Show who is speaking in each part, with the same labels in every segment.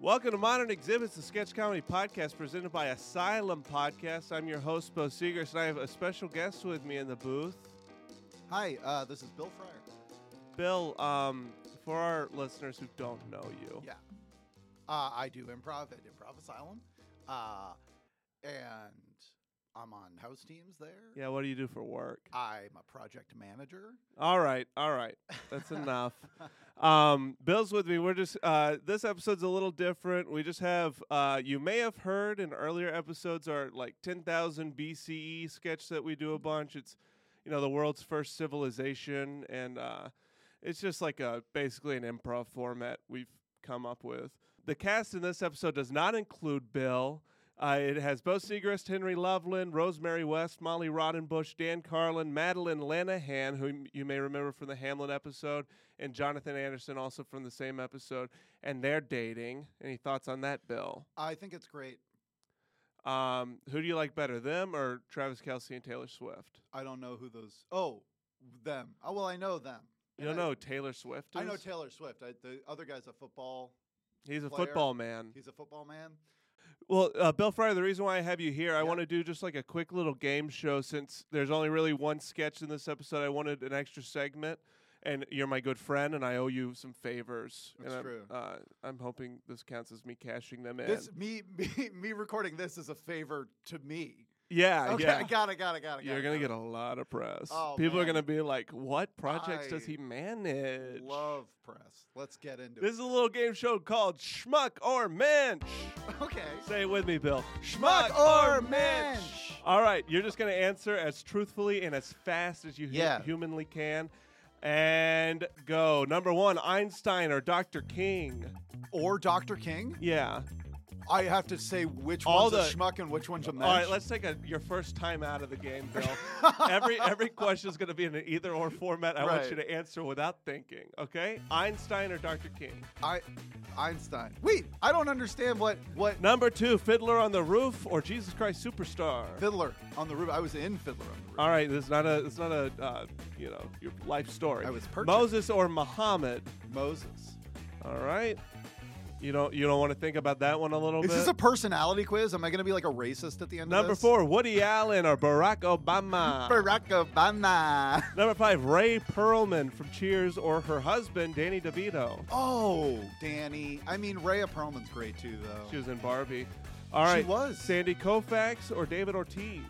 Speaker 1: Welcome to Modern Exhibits, the sketch comedy podcast presented by Asylum Podcast. I'm your host, Bo Segers, and I have a special guest with me in the booth,
Speaker 2: Hi, uh, this is Bill Fryer.
Speaker 1: Bill. Um, for our listeners who don't know you,
Speaker 2: Yeah. Uh, I do improv at Improv Asylum. Uh, and I'm on house teams there.
Speaker 1: Yeah, what do you do for work?
Speaker 2: I'm a project manager.
Speaker 1: All right, all right, that's enough. Um, Bill's with me. We're just uh, this episode's a little different. We just have uh, you may have heard in earlier episodes our like ten thousand BCE sketch that we do a bunch. It's you know the world's first civilization, and uh, it's just like a basically an improv format we've come up with. The cast in this episode does not include Bill. Uh, it has Bo Segrist, Henry Loveland, Rosemary West, Molly Roddenbush, Dan Carlin, Madeline Lanahan, who m- you may remember from the Hamlin episode, and Jonathan Anderson, also from the same episode. And they're dating. Any thoughts on that, Bill?
Speaker 2: I think it's great.
Speaker 1: Um, who do you like better, them or Travis Kelsey and Taylor Swift?
Speaker 2: I don't know who those. Oh, them. Oh, well, I know them.
Speaker 1: You don't
Speaker 2: And
Speaker 1: know
Speaker 2: I,
Speaker 1: who Taylor Swift. Is?
Speaker 2: I know Taylor Swift. I, the other guy's a football.
Speaker 1: He's a
Speaker 2: player.
Speaker 1: football man.
Speaker 2: He's a football man.
Speaker 1: Well, uh, Bill Fryer, the reason why I have you here, I
Speaker 2: Yeah.
Speaker 1: want to do just like a quick little game show since there's only really one sketch in this episode. I wanted an extra segment, and you're my good friend, and I owe you some favors.
Speaker 2: That's
Speaker 1: and I'm,
Speaker 2: true.
Speaker 1: Uh, I'm hoping this counts as me cashing them in.
Speaker 2: This me, me me recording this is a favor to me.
Speaker 1: yeah, Uh,
Speaker 2: Okay,
Speaker 1: yeah.
Speaker 2: I got it. Got it. Got it. got
Speaker 1: you're
Speaker 2: it,
Speaker 1: gonna
Speaker 2: got
Speaker 1: get a lot of press.
Speaker 2: Oh,
Speaker 1: People are
Speaker 2: man.
Speaker 1: gonna be like, "What projects does
Speaker 2: I
Speaker 1: he manage?"
Speaker 2: it. love press. Let's get into
Speaker 1: This is a little game show called Schmuck or Mensch.
Speaker 2: it. Okay.
Speaker 1: Say it with me, Bill.
Speaker 2: Schmuck or mensch?
Speaker 1: All right, you're just going to answer as truthfully and as fast as you hu-
Speaker 2: Yeah.
Speaker 1: humanly can. And go. Number one, Einstein or Dr. King.
Speaker 2: or Dr. King.
Speaker 1: Yeah.
Speaker 2: I have to say which
Speaker 1: All
Speaker 2: one's a
Speaker 1: the-
Speaker 2: schmuck and which one's a mensch.
Speaker 1: All right, let's take a, your first time out of the game, Bill. every every question is going to be in an either or format. I want
Speaker 2: Right.
Speaker 1: you to answer without thinking. Okay, Einstein or Dr. King.
Speaker 2: I, Einstein. Wait, I don't understand what what
Speaker 1: Number two, Fiddler on the Roof or Jesus Christ Superstar.
Speaker 2: Fiddler on the Roof. I was in Fiddler on the Roof.
Speaker 1: All right, this is not a it's not a uh, you know your life story.
Speaker 2: I was perching.
Speaker 1: Moses or Muhammad.
Speaker 2: Moses.
Speaker 1: All right, you don't you don't want to think about that one a little
Speaker 2: Is
Speaker 1: bit.
Speaker 2: this a personality quiz? Am I going to be like a racist at the end
Speaker 1: Number
Speaker 2: of this?
Speaker 1: four, Woody Allen or Barack Obama.
Speaker 2: Barack Obama.
Speaker 1: Number five, Ray Perlman from Cheers or her husband Danny DeVito.
Speaker 2: Oh, Danny. I mean, Rhea Perlman's great too, though.
Speaker 1: She was in Barbie. All right,
Speaker 2: was.
Speaker 1: Sandy Koufax or David Ortiz.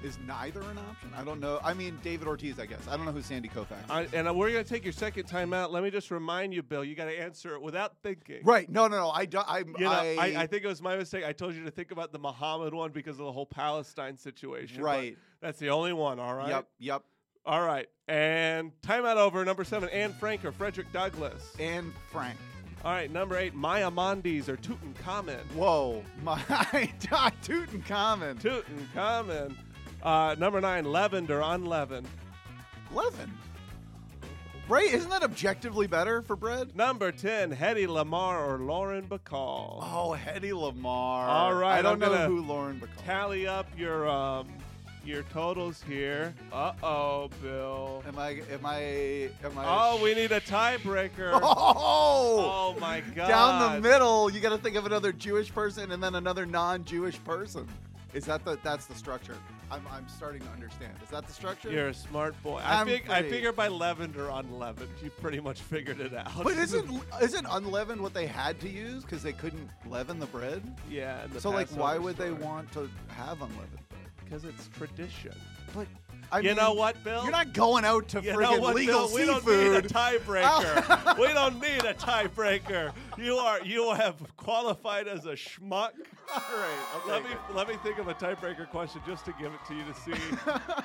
Speaker 2: Is neither an option? I don't know. I mean, David Ortiz, I guess. I don't know who Sandy Koufax is.
Speaker 1: I, and uh, we're gonna take your second time out. Let me just remind you, Bill, you got to answer it without thinking.
Speaker 2: right. No, no, no. I, do, I'm,
Speaker 1: You know, I,
Speaker 2: I,
Speaker 1: I, think it was my mistake. I told you to think about the Muhammad one because of the whole Palestine situation. but
Speaker 2: Right.
Speaker 1: That's the only one, all right?
Speaker 2: Yep, yep.
Speaker 1: All right. And timeout over. Number seven, Anne Frank or Frederick Douglass.
Speaker 2: And Frank.
Speaker 1: All right. Number eight, Maya Mondes or Tutankhamen.
Speaker 2: Whoa, my Tutankhamun.
Speaker 1: Tutankhamen. Uh, number nine, leavened or unleavened.
Speaker 2: Leaven. Right? Isn't that objectively better for bread?
Speaker 1: Number 10, Hedy Lamar or Lauren Bacall.
Speaker 2: Oh, Hetty Lamar.
Speaker 1: All right,
Speaker 2: I
Speaker 1: I'm
Speaker 2: don't know
Speaker 1: gonna
Speaker 2: who Lauren Bacall.
Speaker 1: Tally up your um, your totals here. Uh oh, Bill.
Speaker 2: am I? Am I? Am I?
Speaker 1: Oh, we need a tiebreaker.
Speaker 2: Oh,
Speaker 1: Oh my god.
Speaker 2: down the middle. You got to think of another Jewish person and then another non-Jewish person. Is that the? That's the structure. I'm, I'm starting to understand. Is that the structure?
Speaker 1: You're a smart boy. I
Speaker 2: I'm
Speaker 1: fig- I
Speaker 2: pretty-
Speaker 1: figured by lavender on leavened, you pretty much figured it out.
Speaker 2: but isn't isn't unleavened what they had to use because they couldn't leaven the bread?
Speaker 1: yeah. in the
Speaker 2: So like, why
Speaker 1: Passover
Speaker 2: would they
Speaker 1: story.
Speaker 2: want to have unleavened bread?
Speaker 1: Because it's tradition.
Speaker 2: But I
Speaker 1: You
Speaker 2: mean,
Speaker 1: know what, Bill?
Speaker 2: You're not going out to
Speaker 1: You know
Speaker 2: friggin'
Speaker 1: what,
Speaker 2: legal
Speaker 1: Bill? We don't need a
Speaker 2: seafood.
Speaker 1: tiebreaker. we don't need a tiebreaker. You are you have qualified as a schmuck.
Speaker 2: All right, I'll
Speaker 1: Let
Speaker 2: take
Speaker 1: me
Speaker 2: it.
Speaker 1: let me think of a tiebreaker question just to give it to you to see.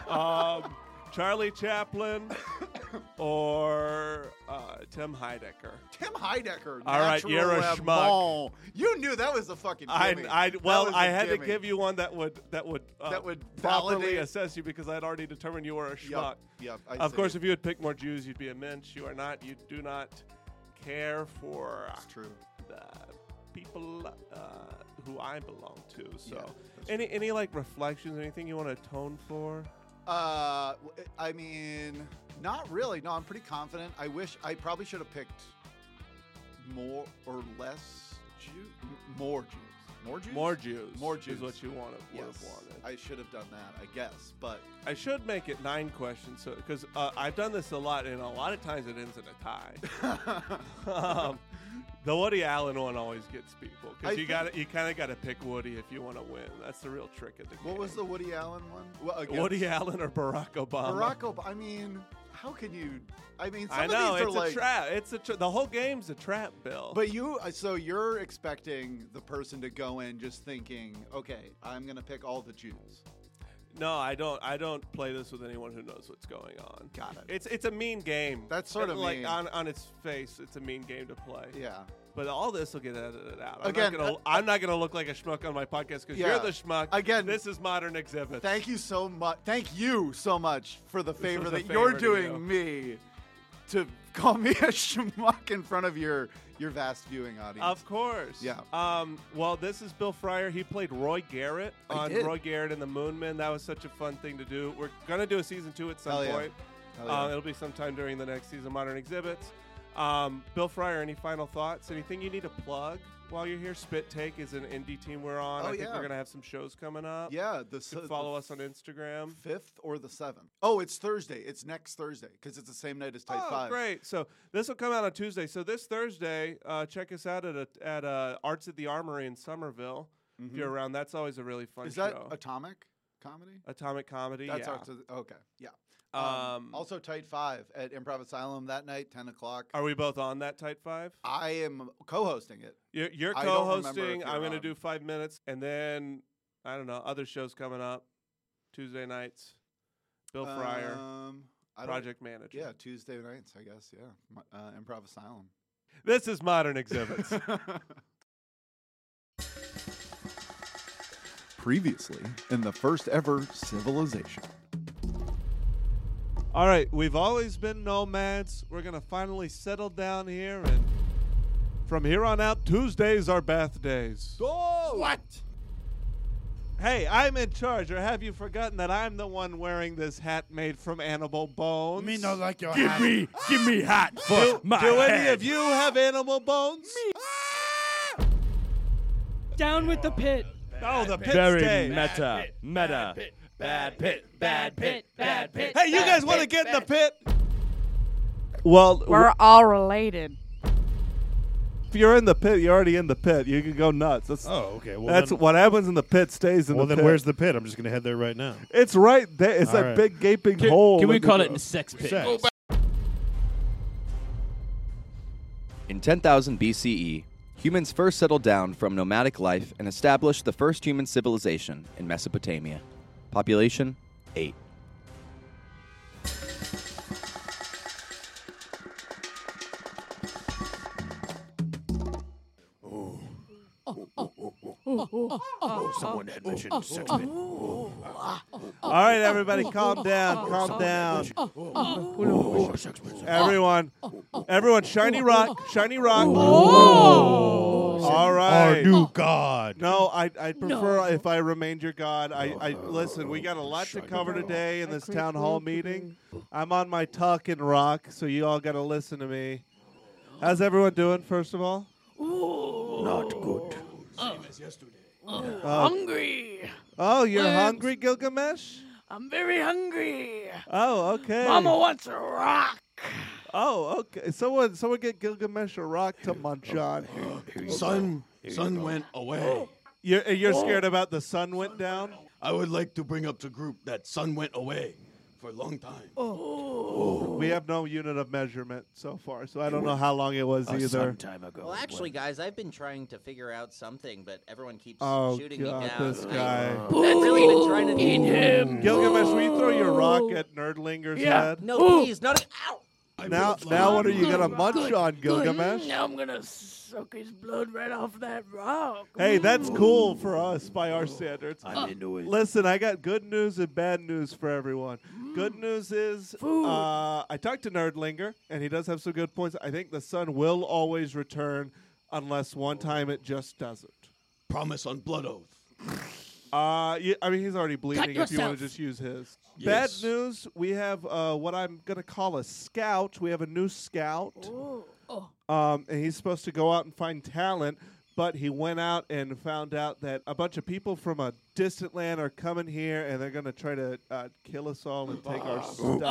Speaker 1: um, Charlie Chaplin or uh, Tim Heidecker.
Speaker 2: Tim Heidecker.
Speaker 1: All right,
Speaker 2: natural
Speaker 1: you're a schmuck.
Speaker 2: Lamont. You knew that was a fucking. gimme.
Speaker 1: I, I
Speaker 2: That
Speaker 1: well,
Speaker 2: was
Speaker 1: I
Speaker 2: a
Speaker 1: had to
Speaker 2: gimme.
Speaker 1: give you one that would that would uh,
Speaker 2: That would
Speaker 1: properly
Speaker 2: validate-
Speaker 1: assess you because I'd already determined you were a schmuck.
Speaker 2: yep, I
Speaker 1: of
Speaker 2: see.
Speaker 1: course, if you had picked more Jews, you'd be a mensch. You are not. You do not care for uh,
Speaker 2: It's true.
Speaker 1: the people uh, who I belong to. So,
Speaker 2: Yeah, that's
Speaker 1: any any like reflections, anything you want to atone for?
Speaker 2: Uh, w- I mean, not really. No, I'm pretty confident. I wish I probably should have picked more or less Jew, m- more Jews, more Jews,
Speaker 1: More Jews.
Speaker 2: More
Speaker 1: is
Speaker 2: Jews.
Speaker 1: what you want to
Speaker 2: Yes,
Speaker 1: would have wanted.
Speaker 2: I should have done that, I guess. But
Speaker 1: I should make it nine questions, so because uh, I've done this a lot, and a lot of times it ends in a tie. um, the Woody Allen one always gets people
Speaker 2: I
Speaker 1: because you
Speaker 2: think-
Speaker 1: got you kind of got to pick Woody if you want to win. That's the real trick of the game.
Speaker 2: what was the Woody Allen one? Well, again,
Speaker 1: Woody Allen or Barack Obama?
Speaker 2: Barack Obama. I mean, how can you? I mean, some
Speaker 1: I know
Speaker 2: of these
Speaker 1: it's
Speaker 2: are
Speaker 1: a
Speaker 2: like.
Speaker 1: trap. It's a tra- the whole game's a trap, Bill.
Speaker 2: But you, uh, so you're expecting the person to go in just thinking, okay, I'm gonna pick all the Jews.
Speaker 1: no, I don't. I don't play this with anyone who knows what's going on.
Speaker 2: Got it.
Speaker 1: It's it's a mean game.
Speaker 2: That's sort
Speaker 1: Uh,
Speaker 2: of
Speaker 1: like
Speaker 2: mean.
Speaker 1: on on its face, it's a mean game to play.
Speaker 2: Yeah,
Speaker 1: But all this will get edited out. I'm
Speaker 2: Again,
Speaker 1: not gonna, I, am not going to look like a schmuck on my podcast because
Speaker 2: Yeah.
Speaker 1: you're the schmuck.
Speaker 2: Again-
Speaker 1: this is modern exhibit.
Speaker 2: Thank you so much. Thank you so much for the favor
Speaker 1: was a
Speaker 2: that
Speaker 1: favor
Speaker 2: you're
Speaker 1: to
Speaker 2: doing
Speaker 1: you.
Speaker 2: me to call me a schmuck in front of your your vast viewing audience.
Speaker 1: Of course.
Speaker 2: Yeah.
Speaker 1: Um, well, this is Bill Fryer. He played Roy Garrett
Speaker 2: I
Speaker 1: on
Speaker 2: did.
Speaker 1: Roy Garrett and the Moonmen. That was such a fun thing to do. We're gonna do a season two at some
Speaker 2: Hell yeah.
Speaker 1: point.
Speaker 2: Hell yeah.
Speaker 1: Uh, it'll be sometime during the next season, of Modern Exhibits. Um, Bill Fryer, any final thoughts? Anything you need to plug while you're here? Spit Take is an indie team we're on.
Speaker 2: Oh,
Speaker 1: I think
Speaker 2: yeah.
Speaker 1: we're gonna have some shows coming up.
Speaker 2: yeah, the
Speaker 1: You
Speaker 2: se-
Speaker 1: can follow us on Instagram.
Speaker 2: the fifth or the seventh. Oh, it's Thursday. It's next Thursday because it's the same night as Type
Speaker 1: oh,
Speaker 2: Five.
Speaker 1: great! So this will come out on Tuesday. So this Thursday, uh, check us out at a, at uh, Arts at the Armory in Somerville. If you're around, that's always a really fun
Speaker 2: Mm-hmm. Is that
Speaker 1: show.
Speaker 2: Atomic Comedy?
Speaker 1: Atomic Comedy.
Speaker 2: That's
Speaker 1: yeah.
Speaker 2: Arts of the- okay. Yeah.
Speaker 1: Um,
Speaker 2: also, Tight Five at Improv Asylum that night, ten o'clock.
Speaker 1: Are we both on that Tight Five?
Speaker 2: I am co-hosting it.
Speaker 1: You're, you're
Speaker 2: I don't remember if
Speaker 1: co-hosting.
Speaker 2: you're
Speaker 1: I'm going to
Speaker 2: on.
Speaker 1: do five minutes, and then I don't know other shows coming up. Tuesday nights, Bill Fryer,
Speaker 2: Um, I don't-
Speaker 1: project manager.
Speaker 2: Yeah, Tuesday nights, I guess. Yeah, M- uh, Improv Asylum.
Speaker 1: This is Modern Exhibits.
Speaker 2: Previously, in the first ever civilization.
Speaker 1: All right, we've always been nomads. We're gonna finally settle down here, and from here on out, Tuesdays are bath days.
Speaker 2: Oh! What?
Speaker 1: Hey, I'm in charge, or have you forgotten that I'm the one wearing this hat made from animal bones?
Speaker 3: Me not like your
Speaker 4: Give
Speaker 3: hat.
Speaker 4: me, give me hat for
Speaker 1: Do,
Speaker 4: my
Speaker 1: do any
Speaker 4: head.
Speaker 1: of you have animal bones?
Speaker 5: Down with the pit.
Speaker 1: Oh, the pit
Speaker 4: Very
Speaker 1: stay.
Speaker 4: meta, meta. Bad pit, bad pit, bad pit.
Speaker 1: Hey, you guys want to get in the pit? Well, w-
Speaker 5: We're all related.
Speaker 1: if you're in the pit, you're already in the pit. You can go nuts. That's,
Speaker 3: Oh, okay. Well,
Speaker 1: that's
Speaker 3: then,
Speaker 1: what happens in the pit stays in
Speaker 3: well,
Speaker 1: the
Speaker 3: then
Speaker 1: pit.
Speaker 3: where's the pit? I'm just gonna head there right now.
Speaker 1: It's right there. It's
Speaker 3: All
Speaker 1: that
Speaker 3: right.
Speaker 1: big gaping
Speaker 6: Oh,
Speaker 1: hole.
Speaker 7: Can we
Speaker 1: in the-
Speaker 7: call it a sex pit?
Speaker 3: Sex.
Speaker 8: In 10,000 BCE, E, humans first settled down from nomadic life and established the first human civilization in Mesopotamia. Population 8.
Speaker 4: Someone had mentioned sex pit.
Speaker 1: All right, everybody, calm down. Calm down.
Speaker 7: Oh,
Speaker 1: Everyone, everyone, shiny rock, shiny rock. All
Speaker 3: Our
Speaker 1: right.
Speaker 6: Oh.
Speaker 3: new god.
Speaker 1: No, I I prefer if I remained your god. I, I
Speaker 9: Oh.
Speaker 1: listen. We got a lot to cover today in this town hall meeting. I'm on my tuck and rock, so you all got to listen to me. How's everyone doing? First of all,
Speaker 10: Hungry.
Speaker 1: oh, you're hungry, Gilgamesh.
Speaker 10: I'm very hungry.
Speaker 1: Oh, okay.
Speaker 10: Mama wants a rock.
Speaker 1: Oh, okay. Someone, someone get Gilgamesh a rock to munch on.
Speaker 6: Sun, sun went away.
Speaker 1: You're, uh, you're scared about the sun went down.
Speaker 6: I would like to bring up the group that sun went away for a long time.
Speaker 1: We have no unit of measurement so far, so I don't know how long it was either.
Speaker 4: Some time ago.
Speaker 9: Well, actually, guys, I've been trying to figure out something, but everyone keeps
Speaker 1: Oh
Speaker 9: shooting me
Speaker 1: god,
Speaker 9: down. Oh.
Speaker 1: this guy.
Speaker 9: I've really been trying to.
Speaker 1: Gilgamesh, will you throw your rock at Nerdlinger's head?
Speaker 9: No, please, not. Ow!
Speaker 1: Now, now what are you gonna munch on, Gilgamesh?
Speaker 10: Now I'm gonna suck his blood right off that rock.
Speaker 1: Hey, that's cool for us by our standards.
Speaker 4: I'm into it.
Speaker 1: Listen, I got good news and bad news for everyone. Good news is uh, I talked to Nerdlinger, and he does have some good points. I think the sun will always return unless one time it just doesn't.
Speaker 6: Promise on blood oath.
Speaker 1: Uh, y I I mean, he's already bleeding if you want
Speaker 5: yourself.
Speaker 1: to just use his.
Speaker 6: Yes.
Speaker 1: Bad news, we have uh, what I'm going to call a scout. We have a new scout. um, and he's supposed to go out and find talent. But he went out and found out that a bunch of people from a distant land are coming here, and they're going to try to uh, kill us all and take our stuff.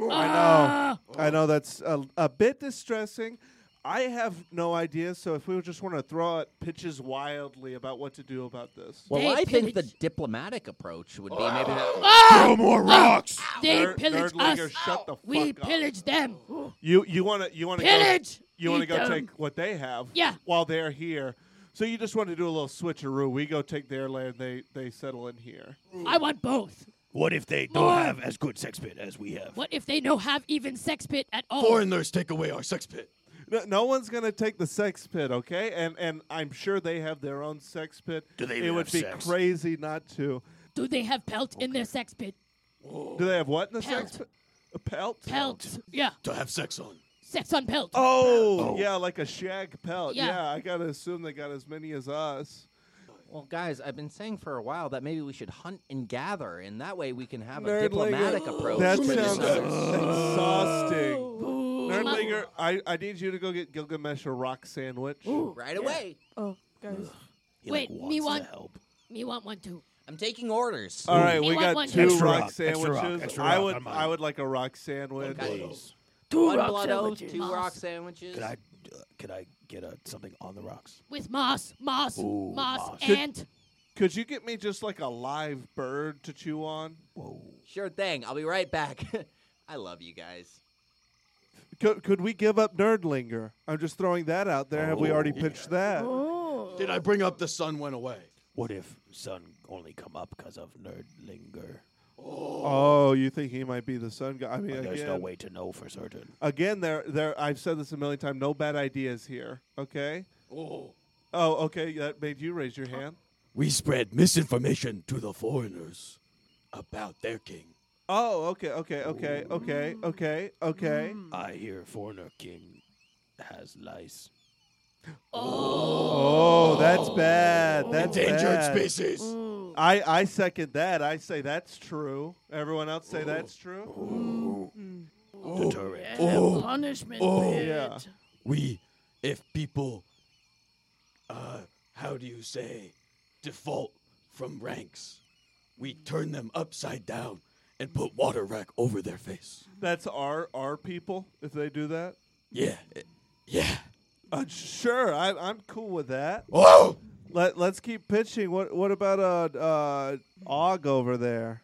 Speaker 1: I know, I know that's a, a bit distressing. I have no idea, so if we would just want to throw out pitches wildly about what to do about this,
Speaker 9: Well,
Speaker 7: They
Speaker 9: I think the Ah!
Speaker 7: pillaged-
Speaker 9: diplomatic approach would be maybe that.
Speaker 6: Throw more rocks.
Speaker 7: They
Speaker 1: Nerd-
Speaker 7: pillage
Speaker 1: Nerdlinger,
Speaker 7: us.
Speaker 1: shut the
Speaker 7: we
Speaker 1: fuck up.
Speaker 7: pillage them.
Speaker 1: you you want to you want to
Speaker 7: Pillage!
Speaker 1: Go, you want to go
Speaker 7: Eat them.
Speaker 1: take what they have,
Speaker 7: Yeah.
Speaker 1: while they're here. So you just want to do a little switcheroo. We go take their land, they they settle in here.
Speaker 7: I want both.
Speaker 3: What if they don't have as good sex pit as we have?
Speaker 7: What if they no have even sex pit at all?
Speaker 6: Foreigners take away our sex pit.
Speaker 1: No, no one's gonna take the sex pit, okay? And and I'm sure they have their own sex pit.
Speaker 3: Do they
Speaker 1: it
Speaker 3: even
Speaker 1: would
Speaker 3: have
Speaker 1: be
Speaker 3: sex?
Speaker 1: crazy not to.
Speaker 7: Do they have pelt in their sex pit?
Speaker 1: Do they have what in the sex
Speaker 7: Pelt.
Speaker 1: pit? A pelt?
Speaker 7: Pelt. Yeah.
Speaker 6: To have sex on.
Speaker 7: Sex on pelt.
Speaker 1: Oh, yeah, like a shag pelt.
Speaker 7: Yeah.
Speaker 1: yeah, I gotta assume they got as many as us.
Speaker 9: Well, guys, I've been saying for a while that maybe we should hunt and gather, and that way we can have a
Speaker 1: Nerdlinger.
Speaker 9: diplomatic approach.
Speaker 1: That
Speaker 9: to this
Speaker 1: sounds
Speaker 9: other-
Speaker 1: exhausting. Nerdlinger, I, I need you to go get Gilgamesh a rock sandwich.
Speaker 9: right away.
Speaker 5: Oh, guys.
Speaker 7: Wait, me want
Speaker 6: help.
Speaker 7: me want one too.
Speaker 9: I'm taking orders.
Speaker 1: All right,
Speaker 7: You
Speaker 1: we
Speaker 7: want
Speaker 1: got
Speaker 7: one
Speaker 1: two
Speaker 3: Extra
Speaker 1: rock,
Speaker 3: rock, extra rock,
Speaker 1: sandwiches.
Speaker 3: extra
Speaker 1: I
Speaker 3: rock,
Speaker 1: would
Speaker 3: I'm on
Speaker 1: I
Speaker 3: it.
Speaker 1: would like a rock sandwich.
Speaker 6: Please.
Speaker 10: Two
Speaker 9: One
Speaker 10: rock
Speaker 9: blood oath,
Speaker 10: sandwiches.
Speaker 9: two rock sandwiches.
Speaker 3: Could I, uh, could I get a, something on the rocks?
Speaker 7: With moss, moss,
Speaker 3: Ooh,
Speaker 7: moss,
Speaker 3: moss.
Speaker 1: Should-
Speaker 7: and
Speaker 1: Could you get me just like a live bird to chew on?
Speaker 9: Sure thing. I'll be right back. I love you guys.
Speaker 1: Could, could we give up Nerdlinger? I'm just throwing that out there. Have we already pitched that?
Speaker 6: Did I bring up the sun went away?
Speaker 3: What if sun only come up because of nerdlinger?
Speaker 1: Oh, you think he might be the sun guy? I mean,
Speaker 3: There's
Speaker 1: again,
Speaker 3: no way to know for certain.
Speaker 1: again, there, there. I've said this a million times. No bad ideas here. Okay.
Speaker 6: Oh.
Speaker 1: Oh, okay. That made you raise your hand.
Speaker 6: We spread misinformation to the foreigners about their king.
Speaker 1: Oh, okay, okay, okay, okay, okay, okay.
Speaker 3: I hear foreigner king has lice.
Speaker 1: Oh, that's bad. That's
Speaker 3: Oh,
Speaker 6: Endangered
Speaker 1: bad.
Speaker 6: species.
Speaker 3: Mm.
Speaker 1: I I second that. I say that's true. Everyone else say that's true.
Speaker 3: Deterrent. Oh,
Speaker 10: And
Speaker 7: oh,
Speaker 10: a punishment
Speaker 1: Oh.
Speaker 10: pit.
Speaker 1: Yeah.
Speaker 6: We, if people, uh, how do you say, default from ranks, we turn them upside down and put water rack over their face.
Speaker 1: That's our our people if they do that.
Speaker 6: Yeah, eh, yeah.
Speaker 1: Uh, sure, I, I'm cool with that.
Speaker 6: Oh,
Speaker 1: Let Let's keep pitching. What What about uh uh Og over there?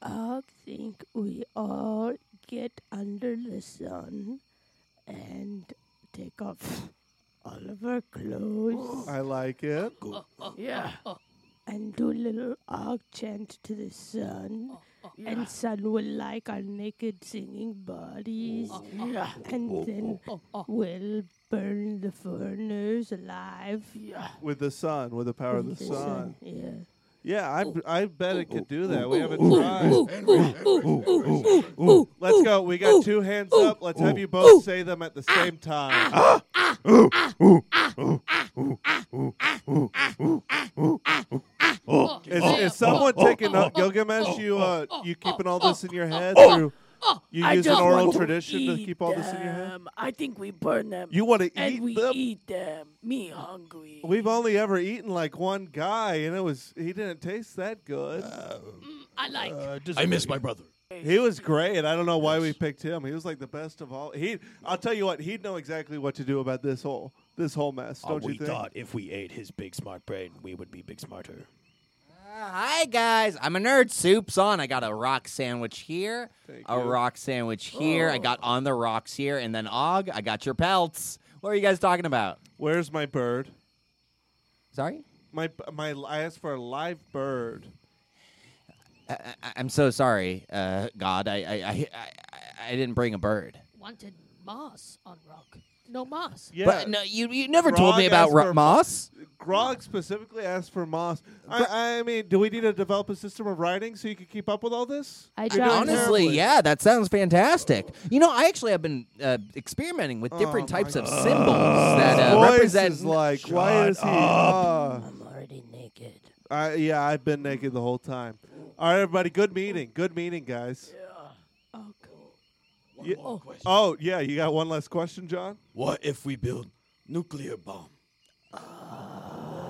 Speaker 10: I think we all get under the sun and take off all of our clothes
Speaker 1: I like it.
Speaker 10: yeah.
Speaker 1: Oh,
Speaker 10: and do a little arc chant to the sun. And sun will like our naked singing bodies.
Speaker 1: oh.
Speaker 10: Yeah. And then we'll burn the foreigners alive. Yeah.
Speaker 1: With the sun, with the power of the sun.
Speaker 10: Yeah.
Speaker 1: Yeah, I I bet it could do that. We haven't tried. Let's go. We got two hands up. Let's have you both say them at the same time.
Speaker 10: Ah, ah,
Speaker 1: Is, is someone taking up Gilgamesh? You uh, you keeping
Speaker 10: ah,
Speaker 1: all this in your head? Or you
Speaker 10: I
Speaker 1: use an
Speaker 10: just
Speaker 1: oral
Speaker 10: want to
Speaker 1: tradition to
Speaker 10: eat
Speaker 1: keep all this in your head?
Speaker 10: them. I think we burn them.
Speaker 1: You want to
Speaker 10: and
Speaker 1: eat
Speaker 10: we
Speaker 1: them?
Speaker 10: eat them. Me hungry.
Speaker 1: We've only ever eaten like one guy, and it was he didn't taste that good.
Speaker 10: Uh,
Speaker 7: I like.
Speaker 1: Uh,
Speaker 6: I miss my brother.
Speaker 1: He was great. I don't know why we picked him. He was like the best of all. He, I'll tell you what, he'd know exactly what to do about this whole this whole mess.
Speaker 3: Uh,
Speaker 1: Don't
Speaker 3: we
Speaker 1: you think?
Speaker 3: thought if we ate his big smart brain, we would be big smarter.
Speaker 9: Uh, hi guys, I'm a nerd. Soup's on. I got a rock sandwich here, a rock sandwich here. I got on the rocks here, and then Og, I got your pelts. What are you guys talking about?
Speaker 1: Where's my bird?
Speaker 9: Sorry,
Speaker 1: My my. I asked for a live bird.
Speaker 9: I, I, I'm so sorry, uh, God. I I, I I I didn't bring a bird.
Speaker 7: wanted moss on rock. No moss.
Speaker 1: Yeah.
Speaker 9: But no, you you never told
Speaker 1: Grog
Speaker 9: me about
Speaker 1: asked
Speaker 9: ro-
Speaker 1: for-
Speaker 9: moss.
Speaker 1: Grog specifically asked for moss. I, I mean, do we need to develop a system of writing so you can keep up with all this?
Speaker 10: I
Speaker 1: You're doing
Speaker 10: don't.
Speaker 9: Honestly,
Speaker 1: terribly.
Speaker 9: yeah, that sounds fantastic. You know, I actually have been uh, experimenting
Speaker 3: Oh.
Speaker 9: with different
Speaker 1: my
Speaker 9: types of symbols that uh,
Speaker 1: Voice
Speaker 9: represent.
Speaker 1: is like, why is he? Ah.
Speaker 10: I'm already naked.
Speaker 1: I, yeah, I've been naked the whole time. All right, everybody. Good meeting. Good meeting, guys.
Speaker 10: Oh, cool.
Speaker 6: one
Speaker 1: Ye-
Speaker 6: more question.
Speaker 1: Oh yeah, you got one last question, John.
Speaker 6: What if we build nuclear bomb?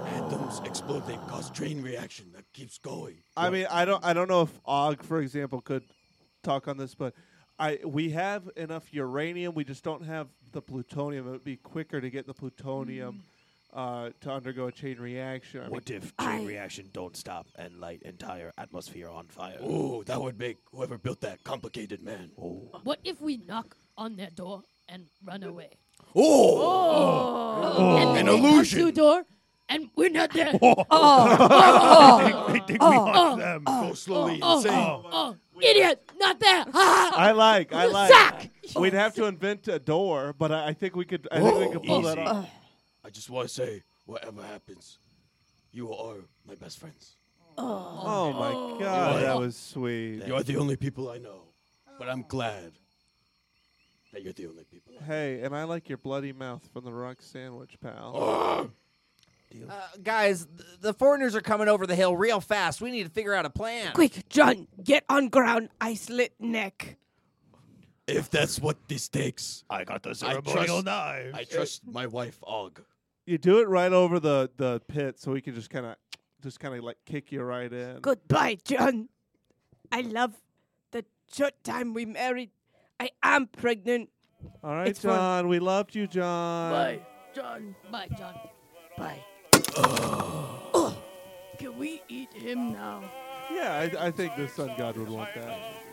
Speaker 6: Atoms explode. They cause train reaction that keeps going.
Speaker 1: I mean, I don't, I don't know if Og, for example, could talk on this, but I we have enough uranium. We just don't have the plutonium. It would be quicker to get the plutonium uh, to undergo a chain reaction. I
Speaker 3: What
Speaker 1: mean,
Speaker 3: if chain reaction don't stop and light entire atmosphere on fire?
Speaker 6: Ooh, that would make whoever built that complicated man.
Speaker 3: Oh.
Speaker 7: What if we knock on their door and run away?
Speaker 6: Oh.
Speaker 7: And then
Speaker 6: An
Speaker 7: they come
Speaker 6: illusion.
Speaker 7: to door, and we're not there.
Speaker 1: Oh.
Speaker 6: They think- they think we are them. Go slowly insane.
Speaker 7: Oh, idiot! Not there.
Speaker 1: I like, I like.
Speaker 7: Zach!
Speaker 1: We'd have to invent a door, but I, I think we could. I think we could pull that
Speaker 6: Easy.
Speaker 1: off.
Speaker 6: I just want to say, whatever happens, you are my best friends.
Speaker 1: Oh my god, that was sweet.
Speaker 6: You are the only people I know, but I'm glad that you're the only people.
Speaker 1: Hey, and I like your bloody mouth from the rock sandwich, pal.
Speaker 9: Uh, guys, th- the foreigners are coming over the hill real fast. We need to figure out a plan.
Speaker 10: Quick, John, get on ground. I slit neck.
Speaker 6: If that's what this takes,
Speaker 3: I got the
Speaker 6: I
Speaker 3: ceremonial
Speaker 6: trust-
Speaker 3: knife.
Speaker 6: I trust my wife, Og.
Speaker 1: You do it right over the the pit, so we can just kind of, just kind of like kick you right in.
Speaker 10: Goodbye, John. I love the short time we married. I am pregnant.
Speaker 1: All right,
Speaker 10: It's fun.
Speaker 1: John. We loved you, John.
Speaker 7: John. Bye, John.
Speaker 10: Bye. Can we eat him now?
Speaker 1: Yeah, I, I think the sun god would want that.